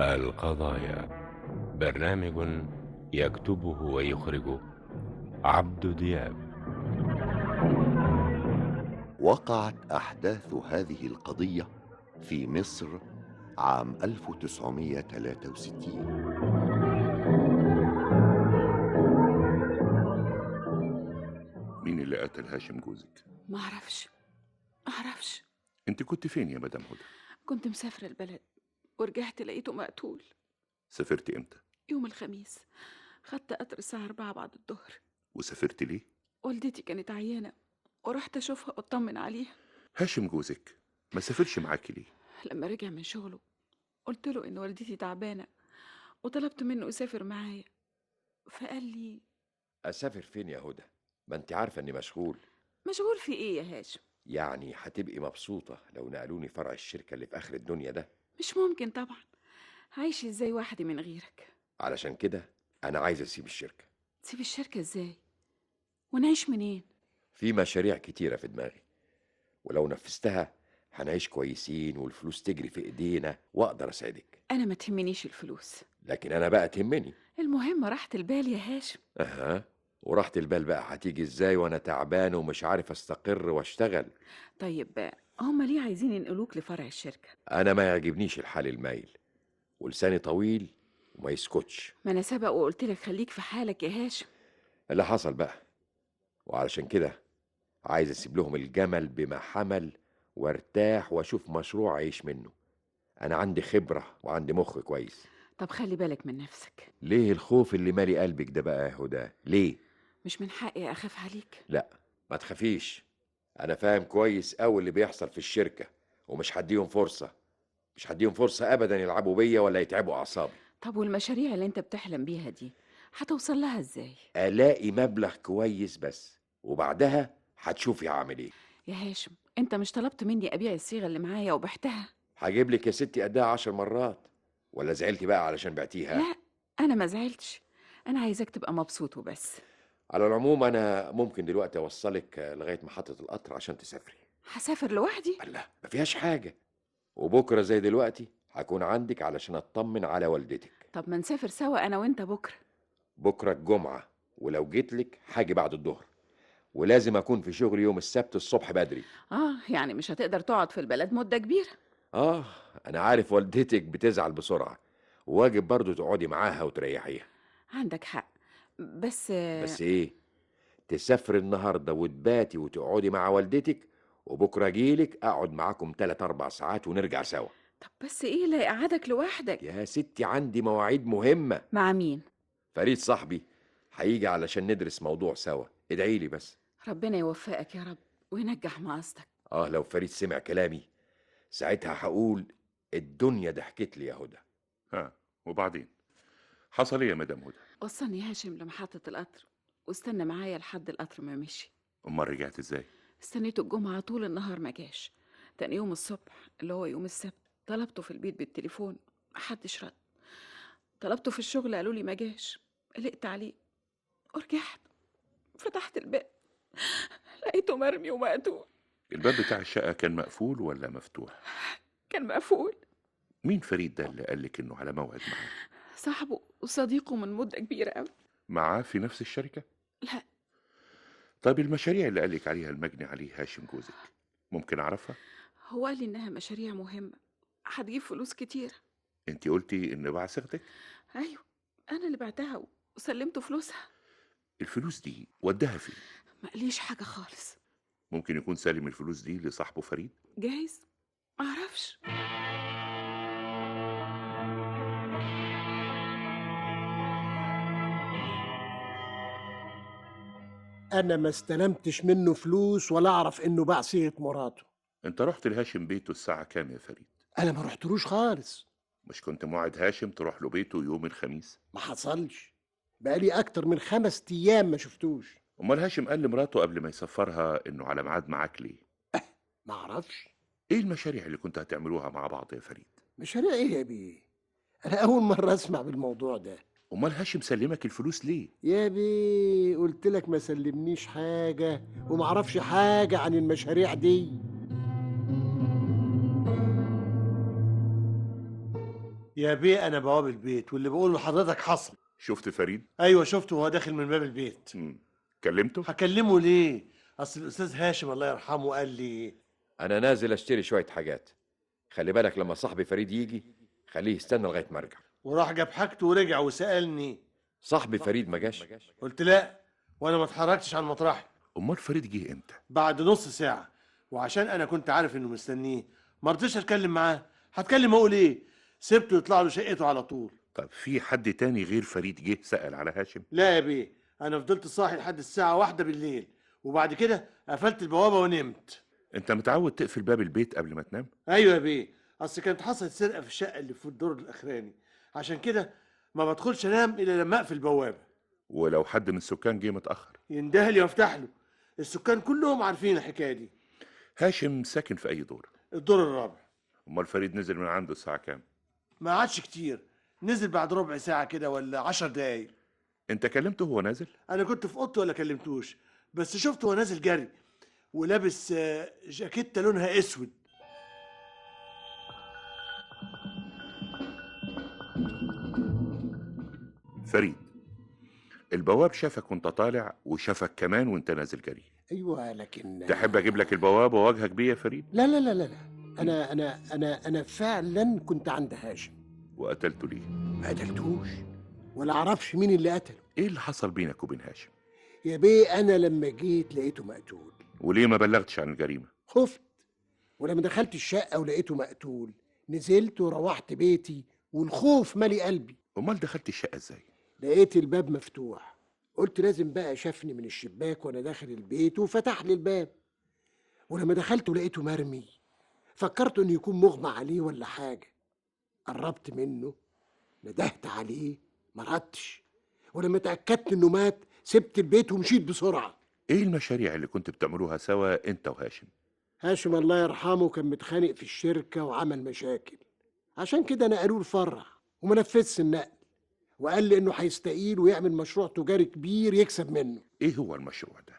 القضايا برنامج يكتبه ويخرجه عبد دياب وقعت أحداث هذه القضية في مصر عام 1963 مين اللي قتل هاشم جوزك؟ ما اعرفش ما اعرفش انت كنت فين يا مدام هدى؟ كنت مسافرة البلد ورجعت لقيته مقتول سافرت امتى؟ يوم الخميس خدت قطر الساعة أربعة بعد الظهر وسافرت ليه؟ والدتي كانت عيانة ورحت أشوفها وأطمن عليها هاشم جوزك ما سافرش معاكي ليه؟ لما رجع من شغله قلت له إن والدتي تعبانة وطلبت منه يسافر معايا فقال لي أسافر فين يا هدى؟ ما أنت عارفة إني مشغول مشغول في إيه يا هاشم يعني هتبقي مبسوطة لو نقلوني فرع الشركة اللي في آخر الدنيا ده مش ممكن طبعا عايش إزاي وحدي من غيرك علشان كده أنا عايز أسيب الشركة تسيب الشركة إزاي ونعيش منين في مشاريع كتيرة في دماغي ولو نفذتها هنعيش كويسين والفلوس تجري في إيدينا وأقدر أساعدك أنا ما تهمنيش الفلوس لكن أنا بقى تهمني المهم راحة البال يا هاشم أها وراحة البال بقى هتيجي إزاي وأنا تعبان ومش عارف أستقر وأشتغل طيب هما ليه عايزين ينقلوك لفرع الشركة أنا ما يعجبنيش الحال المايل ولساني طويل وما يسكتش ما أنا سبق وقلت لك خليك في حالك يا هاشم اللي حصل بقى وعلشان كده عايز اسيب لهم الجمل بما حمل وارتاح واشوف مشروع اعيش منه انا عندي خبره وعندي مخ كويس طب خلي بالك من نفسك ليه الخوف اللي مالي قلبك ده بقى يا هدى ليه مش من حقي أخاف عليك ما تخافيش انا فاهم كويس قوي اللي بيحصل في الشركه ومش هديهم فرصه مش هديهم فرصه ابدا يلعبوا بيا ولا يتعبوا اعصابي طب والمشاريع اللي أنت بتحلم بيها دي هتوصل لها إزاي الاقي مبلغ كويس بس وبعدها هتشوفي هعمل ايه يا هاشم أنت مش طلبت مني أبيع الصيغة اللي معايا وبعتها هجيب لك يا ستي قدها عشر مرات ولا زعلتي بقى علشان بعتيها لا أنا ما زعلتش أنا عايزاك تبقى مبسوط وبس على العموم انا ممكن دلوقتي اوصلك لغايه محطه القطر عشان تسافري هسافر لوحدي الله ما فيهاش حاجه وبكره زي دلوقتي هكون عندك علشان اطمن على والدتك طب ما نسافر سوا أنا وأنت بكرة بكره الجمعه ولو جيت لك هاجي بعد الظهر ولازم اكون في شغل يوم السبت الصبح بدري آه يعني مش هتقدر تقعد في البلد مدة كبيرة اه انا عارف والدتك بتزعل بسرعه واجب برضو تقعدي معاها وتريحيها عندك حق بس بس ايه تسافري النهارده وتباتي وتقعدي مع والدتك وبكره جيلك اقعد معاكم تلات اربع ساعات ونرجع سوا طب بس إيه اللي هيقعدك لوحدك يا ستي عندي مواعيد مهمه مع مين فريد صاحبي هيجي علشان ندرس موضوع سوا ادعي لي بس ربنا يوفقك يا رب وينجح ما قصدك اه لو فريد سمع كلامي ساعتها هقول الدنيا ضحكت لي يا هدى ها وبعدين حصل ايه يا مدام هدى؟ وصلني هاشم لمحطة القطر واستنى معايا لحد القطر ما مشي امال رجعت ازاي؟ استنيته الجمعة طول النهار ما جاش تاني يوم الصبح اللي هو يوم السبت طلبته في البيت بالتليفون محدش رد طلبته في الشغل قالوا لي ما جاش قلقت عليه ورجعت فتحت الباب لقيته مرمي ومقتول الباب بتاع الشقه كان مقفول ولا مفتوح؟ كان مقفول مين فريد ده اللي قال لك انه على موعد معاه؟ صاحبه وصديقه من مدة كبيرة أوي معاه في نفس الشركه؟ لا طب المشاريع اللي قال لك عليها المجني عليه هاشم جوزك ممكن اعرفها؟ هو قال لي إنها مشاريع مهمة هتجيب فلوس كتير انت قلتي ان باع صيغتك أيوة أنا اللي بعتها وسلمته فلوسها الفلوس دي وداها فين؟ ما قاليش حاجة خالص ممكن يكون سالم الفلوس دي لصاحبه فريد؟ جايز معرفش انا ما استلمتش منه فلوس ولا اعرف انه باع صيغه مراته انت رحت لهاشم بيته الساعه كام يا فريد؟ انا ما رحتلوش خالص مش كنت موعد هاشم تروح له بيته يوم الخميس؟ ما حصلش بقالي اكتر من خمس ايام ما شفتوش امال هاشم قال لمراته قبل ما يسفرها انه على ميعاد معاك ليه؟ ما اعرفش ايه المشاريع اللي كنت هتعملوها مع بعض يا فريد؟ مشاريع ايه يا بيه انا اول مره اسمع بالموضوع ده امال هاشم سلمك الفلوس ليه؟ يا بيه قلت لك ما سلمنيش حاجه وما اعرفش حاجه عن المشاريع دي يا بيه انا بواب البيت واللي بقوله لحضرتك حصل شفت فريد؟ ايوه شفته وهو داخل من باب البيت مم. كلمته؟ هكلمه ليه اصل الاستاذ هاشم الله يرحمه قال لي انا نازل اشتري شويه حاجات خلي بالك لما صاحبي فريد يجي خليه يستنى لغايه ما ارجع وراح جاب حاجته ورجع وسالني صاحبي فريد ما جاش قلت لا وانا ما اتحركتش عن مطرحي امال فريد جه امتى؟ بعد نص ساعه وعشان انا كنت عارف انه مستنيه ما رضيتش اتكلم معاه هتكلم اقول ايه سبته يطلع له شقته على طول طب في حد تاني غير فريد جه سأل على هاشم؟ لا يا بيه انا فضلت صاحي لحد الساعه واحدة بالليل وبعد كده قفلت البوابه ونمت انت متعود تقفل باب البيت قبل ما تنام؟ ايوه يا بيه اصل كانت حصلت سرقه في الشقه اللي في الدور الاخراني عشان كده ما بدخلش انام الا لما اقفل البوابه ولو حد من السكان جه متأخر يندهلي وافتح له السكان كلهم عارفين الحكايه دي هاشم ساكن في أي دور؟ الدور الرابع امال فريد نزل من عنده الساعة كام؟ ما عادش كتير نزل بعد ربع ساعه كده ولا عشر دقايق انت كلمته وهو نازل؟ انا كنت في اوضتي ولا كلمتوش بس شفته وهو نازل جري ولابس آه، جاكيته لونها اسود فريد البواب شافك وانت طالع وشافك كمان وانت نازل جري ايوه لكن تحب اجيب لك البواب واواجهك بيه يا فريد لا لا لا لا لا انا انا انا انا فعلا كنت عند هاشم وقتلته ليه ما قتلتوش ولا اعرفش مين اللي قتله ايه اللي حصل بينك وبين هاشم يا بيه انا لما جيت لقيته مقتول وليه ما بلغتش عن الجريمه خفت ولما دخلت الشقه ولقيته مقتول نزلت وروحت بيتي والخوف ملي قلبي امال دخلت الشقه ازاي لقيت الباب مفتوح قلت لازم بقى شافني من الشباك وانا داخل البيت وفتح لي الباب ولما دخلت لقيته مرمي فكرت انه يكون مغمى عليه ولا حاجه قربت منه ندهت عليه ما ردش ولما اتاكدت انه مات سبت البيت ومشيت بسرعه ايه المشاريع اللي كنت بتعملوها سوا انت وهاشم هاشم الله يرحمه كان متخانق في الشركة وعمل مشاكل عشان كده نقلوه الفرع وما نفذش النقل وقال لي انه هيستقيل ويعمل مشروع تجاري كبير يكسب منه ايه هو المشروع ده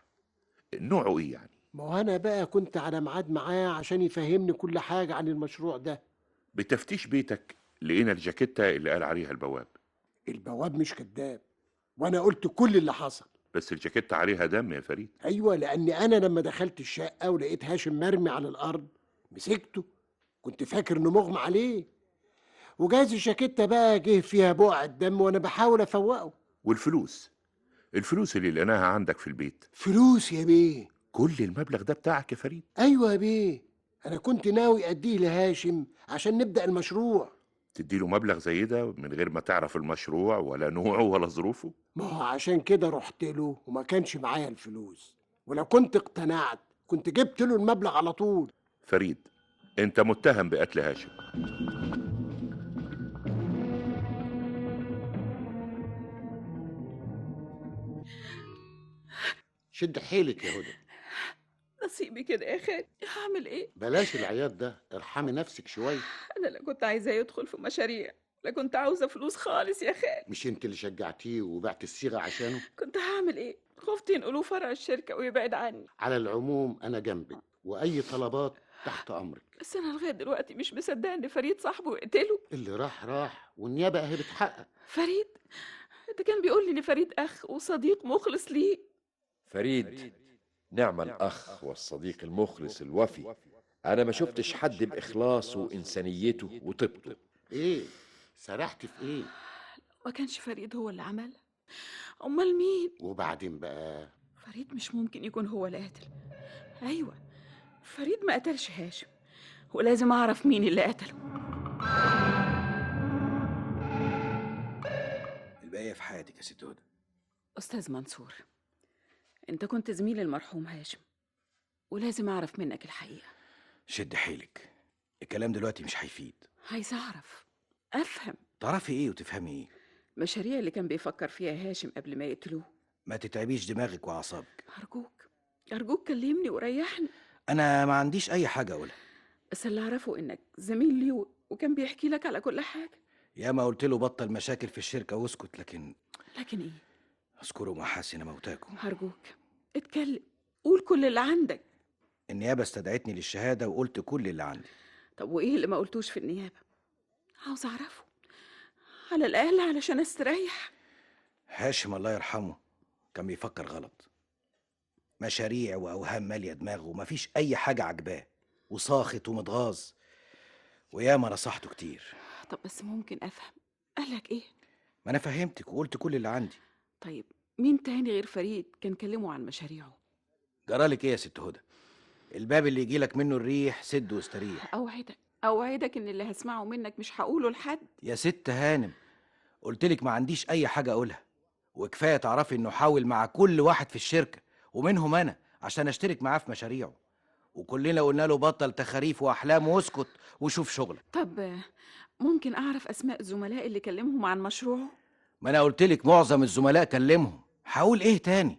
نوعه ايه يعني ما هو انا بقى كنت على ميعاد معاه عشان يفهمني كل حاجة عن المشروع ده بتفتيش بيتك لقينا الجاكيته اللي قال عليها البواب البواب مش كذاب وانا قلت كل اللي حصل بس الجاكيته عليها دم يا فريد ايوه لان انا لما دخلت الشقه ولقيت هاشم مرمي على الارض مسكته كنت فاكر انه مغمى عليه وجايز الشاكيته بقى جه فيها بقع الدم وانا بحاول افوقه والفلوس الفلوس اللي لقيناها عندك في البيت فلوس يا بيه كل المبلغ ده بتاعك يا فريد ايوه يا بيه انا كنت ناوي اديه لهاشم عشان نبدا المشروع تديله مبلغ زي ده من غير ما تعرف المشروع ولا نوعه ولا ظروفه ما هو عشان كده رحت له وما كانش معايا الفلوس ولو كنت اقتنعت كنت جبت له المبلغ على طول فريد انت متهم بقتل هاشم شد حيلك يا هدى نصيبي كده يا خالي هعمل ايه بلاش العياط ده ارحمي نفسك شويه انا لا كنت عايزاه يدخل في مشاريع لا كنت عاوزه فلوس خالص يا خالي مش انت اللي شجعتيه وبعت الصيغه عشانه كنت هعمل ايه خفت ينقلوه فرع الشركه ويبعد عني على العموم انا جنبك واي طلبات تحت امرك بس انا لغايه دلوقتي مش مصدقه ان فريد صاحبه يقتله اللي راح راح والنيابه اهي بتحقق فريد ده كان بيقول لي ان فريد اخ وصديق مخلص ليه فريد نعم الاخ والصديق المخلص الوفي انا ما شفتش حد باخلاصه وانسانيته وطيبته ايه سرحت في ايه ما كانش فريد هو اللي عمل امال مين وبعدين بقى فريد مش ممكن يكون هو اللي قتل ايوه فريد ما قتلش هاشم ولازم اعرف مين اللي قتله الباقية في حياتك يا ست هدى استاذ منصور انت كنت زميل المرحوم هاشم ولازم اعرف منك الحقيقه شد حيلك الكلام دلوقتي مش هيفيد عايز اعرف افهم تعرفي ايه وتفهمي ايه المشاريع اللي كان بيفكر فيها هاشم قبل ما يقتلوه ما تتعبيش دماغك واعصابك ارجوك ارجوك كلمني وريحني انا ما عنديش اي حاجه اقولها بس اللي اعرفه انك زميل ليه و- وكان بيحكي لك على كل حاجه يا ما قلت له بطل مشاكل في الشركه واسكت لكن لكن ايه اذكروا محاسن موتاكم هرجوك اتكلم قول كل اللي عندك النيابه استدعتني للشهاده وقلت كل اللي عندي طب وايه اللي ما قلتوش في النيابه عاوز اعرفه على الأقل علشان أستريح هاشم الله يرحمه كان بيفكر غلط مشاريع واوهام ماليه دماغه ومفيش اي حاجه عجباه وساخط ومتغاظ وياما نصحته كتير طب بس ممكن أفهم قالك إيه؟ ما انا فهمتك وقلت كل اللي عندي طيب مين تاني غير فريد كان كلمه عن مشاريعه جرالك ايه يا ست هدى الباب اللي يجيلك منه الريح سد واستريح أوعدك أوعدك إن اللي هسمعه منك مش هقوله لحد يا ست هانم قلتلك ما عنديش اي حاجه اقولها وكفايه تعرفي انه حاول مع كل واحد في الشركه ومنهم انا عشان اشترك معاه في مشاريعه وكلنا قلنا له بطل تخاريف واحلام واسكت وشوف شغلك طب آه، ممكن أعرف أسماء الزملاء اللي كلمهم عن مشروعه؟ ما انا قلتلك معظم الزملاء كلمهم هقول ايه تاني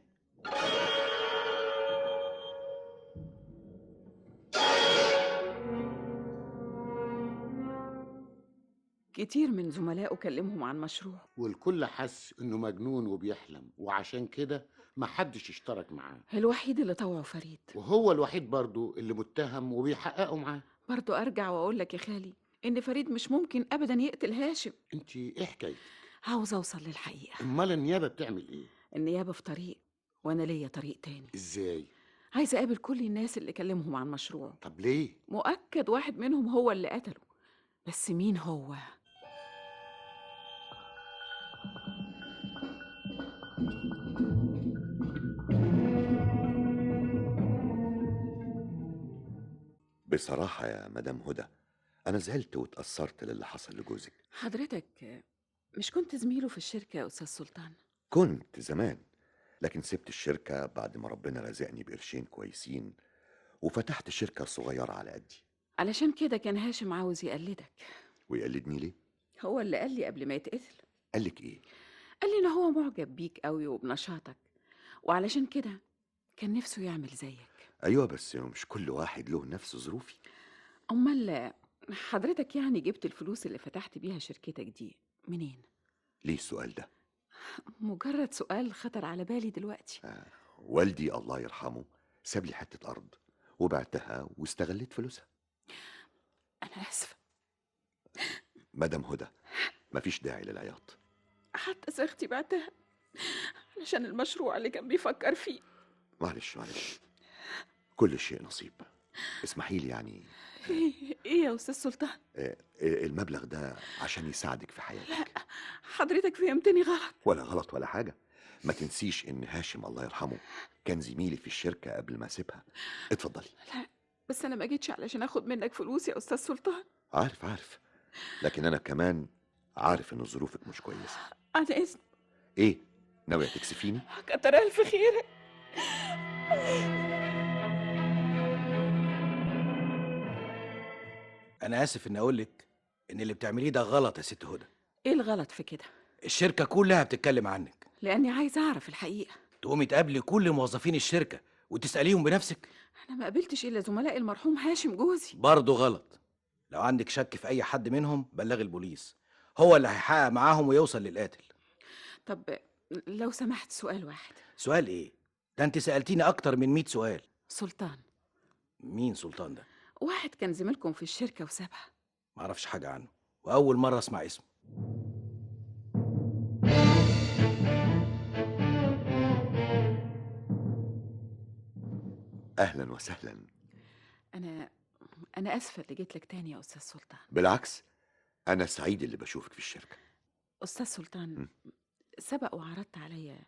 كتير من زملائه كلمهم عن مشروعه والكل حس انه مجنون وبيحلم وعشان كده محدش اشترك معاه الوحيد اللي طوعه فريد وهو الوحيد برضه اللي متهم وبيحققوا معاه برضو أرجع وأقول لك يا خالي إن فريد مش ممكن أبدا يقتل هاشم انت ايه حكايتك عاوز أوصل للحقيقة امال النيابه بتعمل ايه النيابة في طريق وأنا ليا طريق تاني ازاي عايزة أقابل كل الناس اللي كلمهم عن مشروعه طب ليه مؤكد واحد منهم هو اللي قتله بس مين هو؟ بصراحة يا مدام هدى أنا زعلت واتأثرت للي حصل لجوزك حضرتك مش كنت زميله في الشركة يا أستاذ سلطان كنت زمان لكن سبت الشركة بعد ما ربنا رزقني بقرشين كويسين وفتحت شركة صغيرة على قدي علشان كده كان هاشم عاوز يقلدك ويقلدني ليه؟ هو اللي قال لي قبل ما يتقتل قالك إيه؟ قال لي إن هو معجب بيك قوي وبنشاطك وعلشان كده كان نفسه يعمل زيك أيوة بس مش كل واحد له نفس ظروفي أمال حضرتك يعني جبت الفلوس اللي فتحت بيها شركتك دي منين؟ ليه السؤال ده؟ مجرد سؤال خطر على بالي دلوقتي والدي الله يرحمه ساب لي حتة أرض وبعتها واستغلت فلوسها أنا آسفة مدام هدى مفيش داعي للعياط حتى صاغتي بعتها علشان المشروع اللي كان بيفكر فيه معلش معلش كل شيء نصيب اسمحي لي يعني إيه, إيه يا أستاذ سلطان؟ آه، المبلغ ده عشان يساعدك في حياتك حضرتك فهمتني غلط ولا غلط ولا حاجة ما تنسيش إن هاشم الله يرحمه كان زميلي في الشركة قبل ما أسيبها اتفضلي بس أنا ما جيتش علشان آخد منك فلوس يا أستاذ سلطان عارف عارف لكن أنا كمان عارف إن ظروفك مش كويسة أنا آسف إيه ناوية تكسفيني؟ كتر ألف خيرك انا اسف ان اقولك ان اللي بتعمليه ده غلط يا ست هدى إيه الغلط في كده؟ الشركه كلها بتتكلم عنك لأني عايزة أعرف الحقيقة تقومي تقابلي كل موظفين الشركه وتساليهم بنفسك أنا ما قابلتش إلا زملاء المرحوم هاشم جوزي برضه غلط لو عندك شك في اي حد منهم بلغي البوليس هو اللي هيحقق معاهم ويوصل للقاتل طب لو سمحت سؤال واحد سؤال ايه ده انت سالتيني اكتر من 100 سؤال سلطان مين سلطان ده واحد كان زميلكم في الشركة وسابها معرفش حاجه عنه واول مره اسمع اسمه أهلا وسهلا أنا أنا آسفة اللي جيت لك تاني يا أستاذ سلطان بالعكس أنا سعيد اللي بشوفك في الشركة أستاذ سلطان سبق وعرضت عليا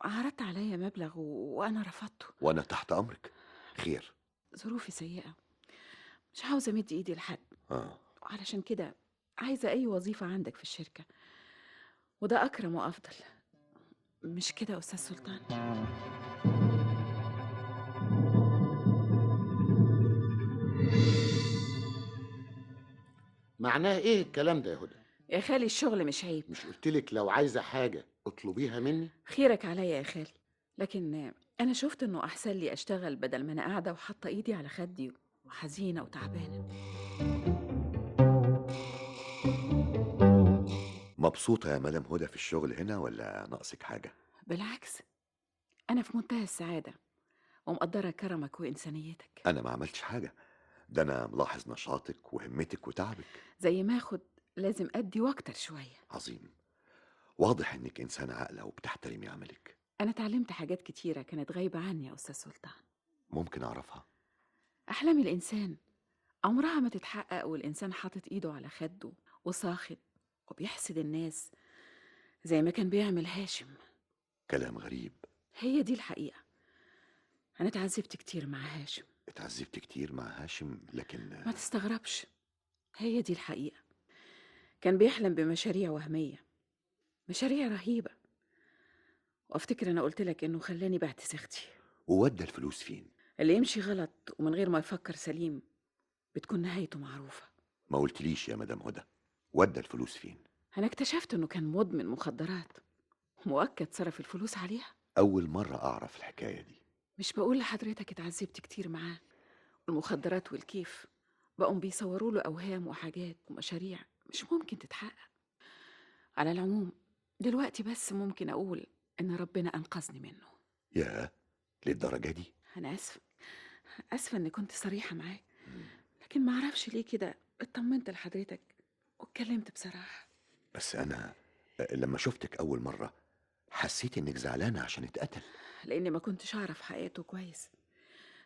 عرضت عليا مبلغ و... وأنا رفضته وأنا تحت أمرك خير ظروفي سيئة مش عاوزة أمد إيدي لحد آه. وعلشان كده عايزة أي وظيفة عندك في الشركة وده أكرم وأفضل مش كده يا أستاذ سلطان معناه ايه الكلام ده يا هدى يا خالي الشغل مش عيب مش قلتلك لو عايزه حاجه اطلبيها مني خيرك عليا يا خالي لكن أنا شفت إنه أحسن لي أشتغل بدل ما أنا قاعدة وحاطة إيدي على خدي وحزينة وتعبانة مبسوطة يا مدام هدى في الشغل هنا ولا ناقصك حاجة؟ بالعكس أنا في منتهى السعادة ومقدرة كرمك وإنسانيتك أنا ما عملتش حاجة ده أنا ملاحظ نشاطك وهمتك وتعبك زي ما اخد لازم أدي وأكتر شوية عظيم واضح انك انسانه عاقله وبتحترمي عملك أنا اتعلمت حاجات كتيرة كانت غايبة عني يا أستاذ سلطان ممكن اعرفها أحلام الإنسان عمرها ما تتحقق والإنسان حاطط إيده على خده وساخط وبيحسد الناس زي ما كان بيعمل هاشم كلام غريب هي دي الحقيقة أنا اتعذبت كتير مع هاشم اتعذبت كتير مع هاشم لكن ما تستغربش هي دي الحقيقة كان بيحلم بمشاريع وهمية مشاريع رهيبة وأفتكر أنا قلت لك إنه خلاني بعت سختي وودى الفلوس فين اللي يمشي غلط ومن غير ما يفكر سليم بتكون نهايته معروفة ما قلتليش يا مدام هدى ودى الفلوس فين أنا اكتشفت إنه كان مدمن مخدرات مؤكد صرف الفلوس عليها اول مره اعرف الحكايه دي مش بقول لحضرتك اتعذبت كتير معاه المخدرات والكيف بقوا بيصوروا له أوهام وحاجات ومشاريع مش ممكن تتحقق على العموم دلوقتي بس ممكن أقول إن ربنا أنقذني منه ياه للدرجه دي أنا آسفة آسفة إني كنت صريحة معاك لكن معرفش ليه كده اطمنت لحضرتك واتكلمت بصراحة بس انا أه، لما شفتك اول مره حسيت انك زعلانه عشان اتقتل لأني ما كنتش أعرف حقيقته كويس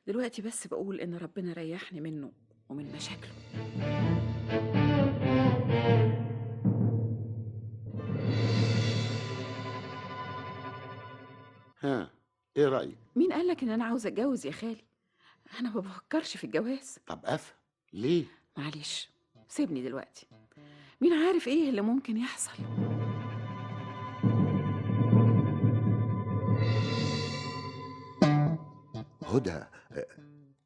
دلوقتي بس بقول إن ربنا ريحني منه ومن مشاكله ها ايه رايك مين قالك إن أنا عاوزة أتجوز يا خالي أنا ما بفكرش في الجواز طب قفل ليه معلش سيبني دلوقتي مين عارف إيه اللي ممكن يحصل هدى أه،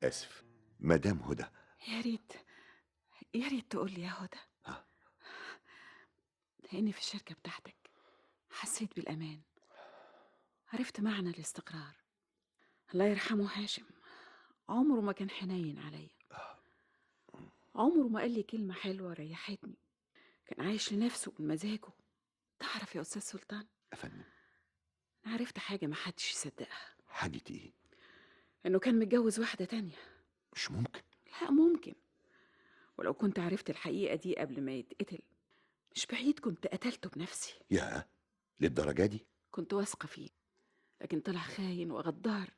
اسف مدام هدى يا ريت يا ريت تقولي يا هدى آه. لأني في الشركة بتاعتك حسيت بالأمان عرفت معنى الاستقرار الله يرحمه هاشم عمره ما كان حنين عليا عمره ما قال لي كلمة حلوة ريحتني كان عايش لنفسه بمزاجه تعرف يا أستاذ سلطان يا فندم أنا عرفت حاجة ما حدش يصدقها حاجه ايه إنه كان متجوز واحدة تانية مش ممكن لا ممكن ولو كنت عرفت الحقيقة دي قبل ما يتقتل مش بعيد كنت قتلته بنفسي ياه للدرجه دي كنت واثقة فيه لكن طلع خاين وغدار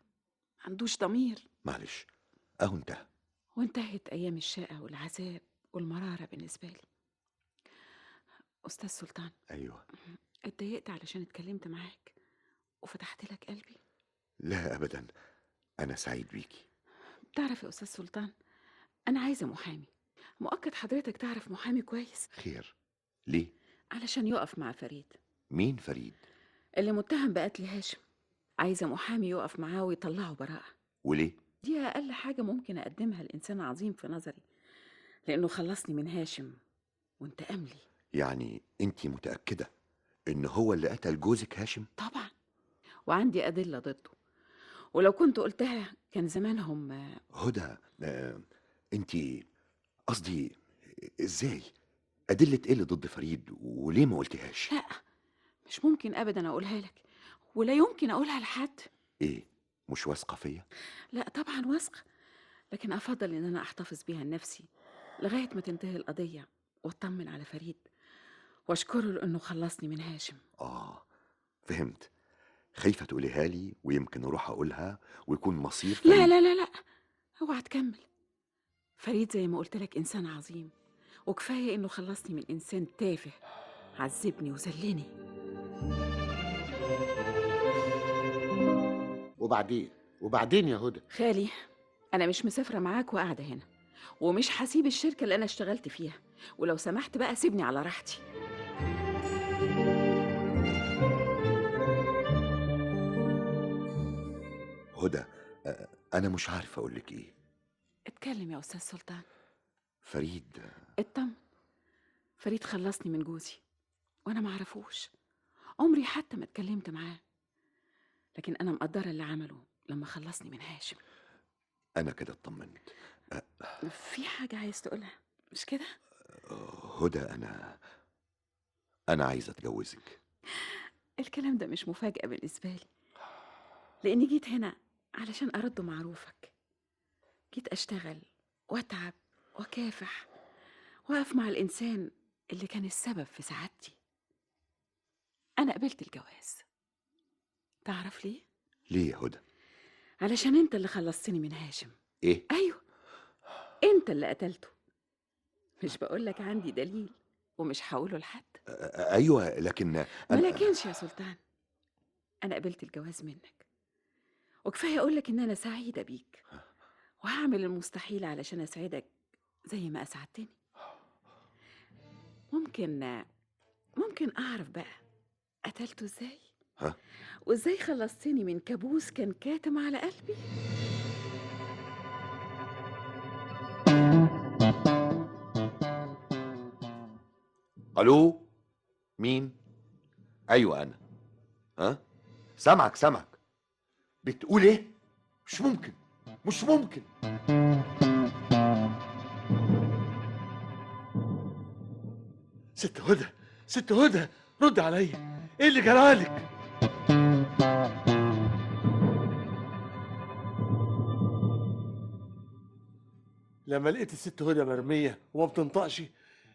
معندوش ضمير معلش اهو انتهى وانتهت أيام الشقة والعذاب والمرارة بالنسبة لي أستاذ سلطان ايوه اتضايقت علشان اتكلمت معاك وفتحت لك قلبي لا ابدا انا سعيد بيكي تعرف يا أستاذ سلطان أنا عايزة محامي مؤكد حضرتك تعرف محامي كويس خير ليه علشان يقف مع فريد مين فريد اللي متهم بقتل هاشم عايزة محامي يقف معاه ويطلعه براءة وليه دي أقل حاجة ممكن أقدمها لإنسان عظيم في نظري لأنه خلصني من هاشم وانتقم لي يعني انت متاكده ان هو اللي قتل جوزك هاشم طبعا وعندي أدلة ضده ولو كنت قلتها كان زمانهم آه، هدى انت قصدي ازاي ادله ايه اللي ضد فريد وليه ما قلتهاش لا مش ممكن أبدا أقولها لك ولا يمكن أقولها لحد ايه مش واثقه فيا لا طبعا واثقة لكن أفضل إن أنا أحتفظ بيها لنفسي لغاية ما تنتهي القضية وأطمن على فريد وأشكره لأنه خلصني من هاشم اه فهمت خايفه تقوليها لي ويمكن اروح اقولها ويكون مصير لا فريد- لا لا لا اوعى تكمل فريد زي ما قلت لك انسان عظيم وكفايه انه خلصني من انسان تافه عذبني وذلني وبعدين وبعدين يا هدى خالي انا مش مسافره معاك وقاعده هنا ومش هسيب الشركه اللي انا اشتغلت فيها ولو سمحت بقى سيبني على راحتي هدى آه، انا مش عارف اقولك ايه اتكلم يا استاذ سلطان فريد اطمن فريد خلصني من جوزي وانا معرفوش عمري حتى ما اتكلمت معاه لكن انا مقدره اللي عمله لما خلصني من هاشم انا كده اطمنت في حاجه عايز تقولها مش كده هدى انا انا عايز اتجوزك الكلام ده مش مفاجأة بالنسبة لي لأني جيت هنا علشان أرد معروفك جيت أشتغل وأتعب وأكافح وأقف مع الإنسان اللي كان السبب في سعادتي أنا قبلت الجواز تعرف ليه؟ ليه يا هدى علشان أنت اللي خلصتني من هاشم ايه أيوة أنت اللي قتلته مش بقولك عندي دليل ومش هقوله لحد أ- أ- ايوه لكن ما لكنش يا سلطان أنا قبلت الجواز منك وكفاية أقولك إن أنا سعيدة بيك وهعمل المستحيل علشان أسعدك زي ما أسعدتني ممكن ممكن أعرف بقى قتلته إزاي؟ ها؟ وإزاي خلصتني من كابوس كان كاتم على قلبي؟ الو مين ايوه انا ها سامعك سامعك بتقول ايه مش ممكن مش ممكن ست هدى ست هدى رد عليا ايه اللي جرالك لما لقيت الست هدى مرميه وما بتنطقش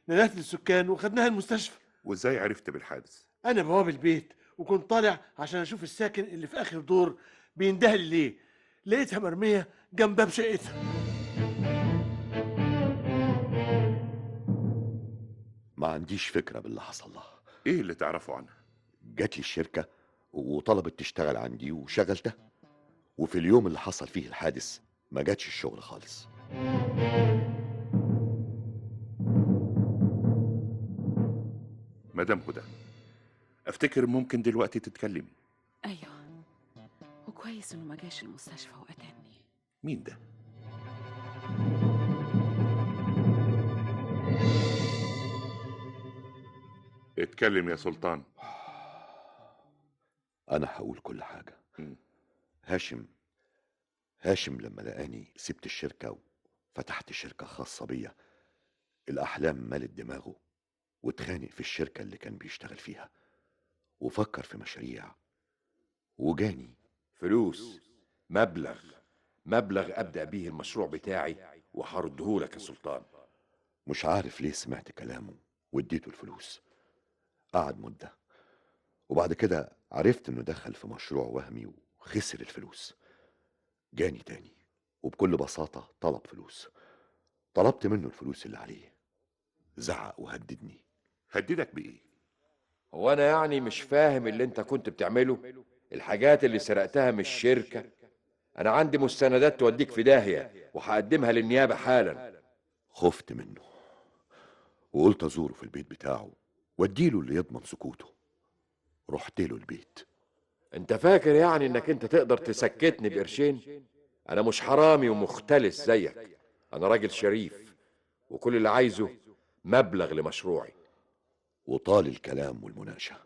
نادت للسكان وخدناها المستشفى وازاي عرفت بالحادث انا بواب البيت وكنت طالع عشان اشوف الساكن اللي في اخر دور بيندهلي ليه لقيتها مرميه جنب باب شقتها ما عنديش فكره باللي حصل لها ايه اللي تعرفه عنها جات لي الشركه وطلبت تشتغل عندي وشغلتها وفي اليوم اللي حصل فيه الحادث ما جاتش الشغل خالص مدام هدى افتكر ممكن دلوقتي تتكلمي أيوه وكويس إنه ما جاش المستشفى وقتلني مين ده اتكلم يا سلطان انا هقول كل حاجه مم. هاشم هاشم لما لقاني سبت الشركه وفتحت شركه خاصه بيا الاحلام ملت دماغه واتخانق في الشركه اللي كان بيشتغل فيها وفكر في مشاريع وجاني فلوس مبلغ مبلغ أبدأ به المشروع بتاعي وهرده لك يا سلطان مش عارف ليه سمعت كلامه واديته الفلوس قعد مدة وبعد كده عرفت انه دخل في مشروع وهمي وخسر الفلوس جاني تاني وبكل بساطة طلب فلوس طلبت منه الفلوس اللي عليه زعق وهددني هددك بايه هو أنا يعني مش فاهم اللي أنت كنت بتعمله الحاجات اللي سرقتها من الشركة أنا عندي مستندات توديك في داهية وهقدمها للنيابة حالا خفت منه وقلت ازوره في البيت بتاعه واديله اللي يضمن سكوته رحت له البيت أنت فاكر يعني إنك أنت تقدر تسكتني بقرشين أنا مش حرامي ومختلس زيك أنا راجل شريف وكل اللي عايزه مبلغ لمشروعي وطال الكلام والمناقشة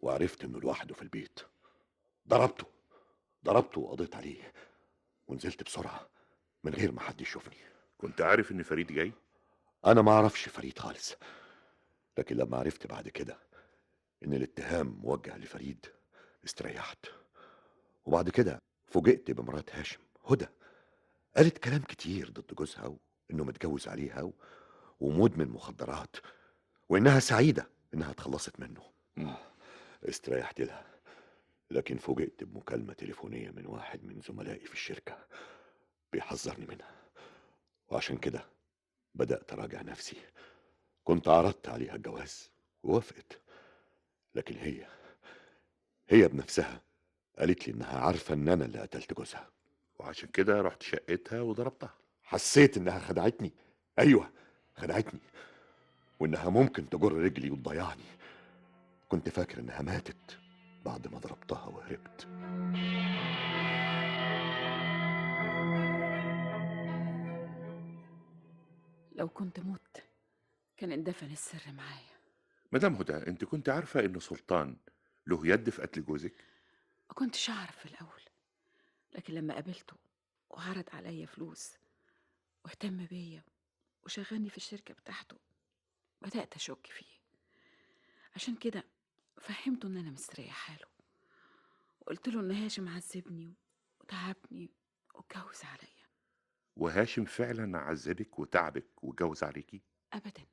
وعرفت انه لوحده في البيت ضربته ضربته وقضيت عليه ونزلت بسرعة من غير ما حد يشوفني كنت عارف ان فريد جاي انا ما اعرفش فريد خالص لكن لما عرفت بعد كده ان الاتهام موجه لفريد استريحت وبعد كده فوجئت بمرات هاشم هدى قالت كلام كتير ضد جوزها وانه متجوز عليها و- ومدمن مخدرات وانها سعيده انها اتخلصت منه مم. استريحت لها لكن فوجئت بمكالمة تليفونية من واحد من زملائي في الشركة بيحذرني منها وعشان كده بدأت أراجع نفسي كنت عرضت عليها الجواز ووافقت لكن هي هي بنفسها قالت لي إنها عارفة إن أنا اللي قتلت جوزها وعشان كده رحت شقتها وضربتها حسيت إنها خدعتني أيوة خدعتني وإنها ممكن تجر رجلي وتضيعني كنت فاكر إنها ماتت بعد ما ضربتها وهربت لو كنت مت كان اندفن السر معايا مدام هدى انت كنت عارفه ان سلطان له يد في قتل جوزك ما كنتش أعرف في الأول لكن لما قابلته وعرض عليا فلوس واهتم بيا وشغلني في الشركة بتاعته بدأت أشك فيه عشان كده فهمته إن أنا مستريحة له وقلت له إن هاشم عذبني وتعبني واتجوز عليا وهاشم فعلا عذبك وتعبك وجوز عليكي أبدا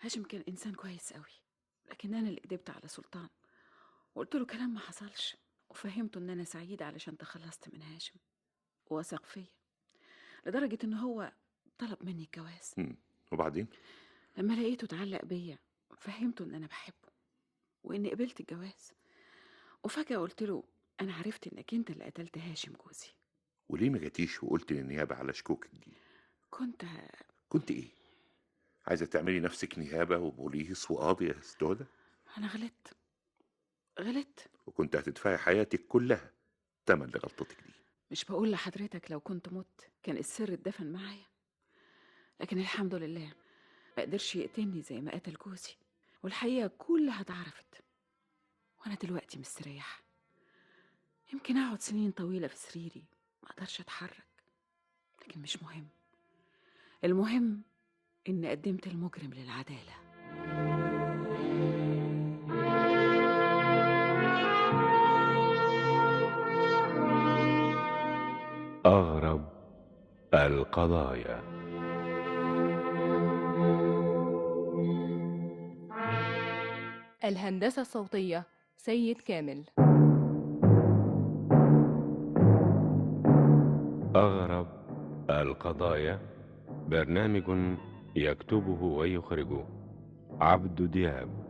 هاشم كان إنسان كويس قوي لكن أنا اللي كدبت على سلطان وقلت له كلام ما حصلش وفهمته إن أنا سعيدة علشان تخلصت من هاشم وثق فيا لدرجة إن هو طلب مني الجواز مم. وبعدين لما لقيته اتعلق بيا فهمته ان انا بحبه واني قبلت الجواز وفجاه قلت له انا عرفت انك انت اللي قتلت هاشم جوزي وليه ما جاتيش وقلت للنيابه على شكوكك دي كنت كنت ايه عايزه تعملي نفسك نيابه وبوليس وقاضي يا استاذه انا غلطت غلطت وكنت هتدفعي حياتك كلها تمن لغلطتك دي مش بقول لحضرتك لو كنت مت كان السر اتدفن معايا لكن الحمد لله ما قدرش يقتلني زي ما قتل جوزي والحقيقه كلها اتعرفت وانا دلوقتي مستريحه يمكن اقعد سنين طويله في سريري ما اقدرش اتحرك لكن مش مهم المهم اني قدمت المجرم للعداله أغرب القضايا الهندسة الصوتية سيد كامل أغرب القضايا برنامج يكتبه ويخرجه عبد دياب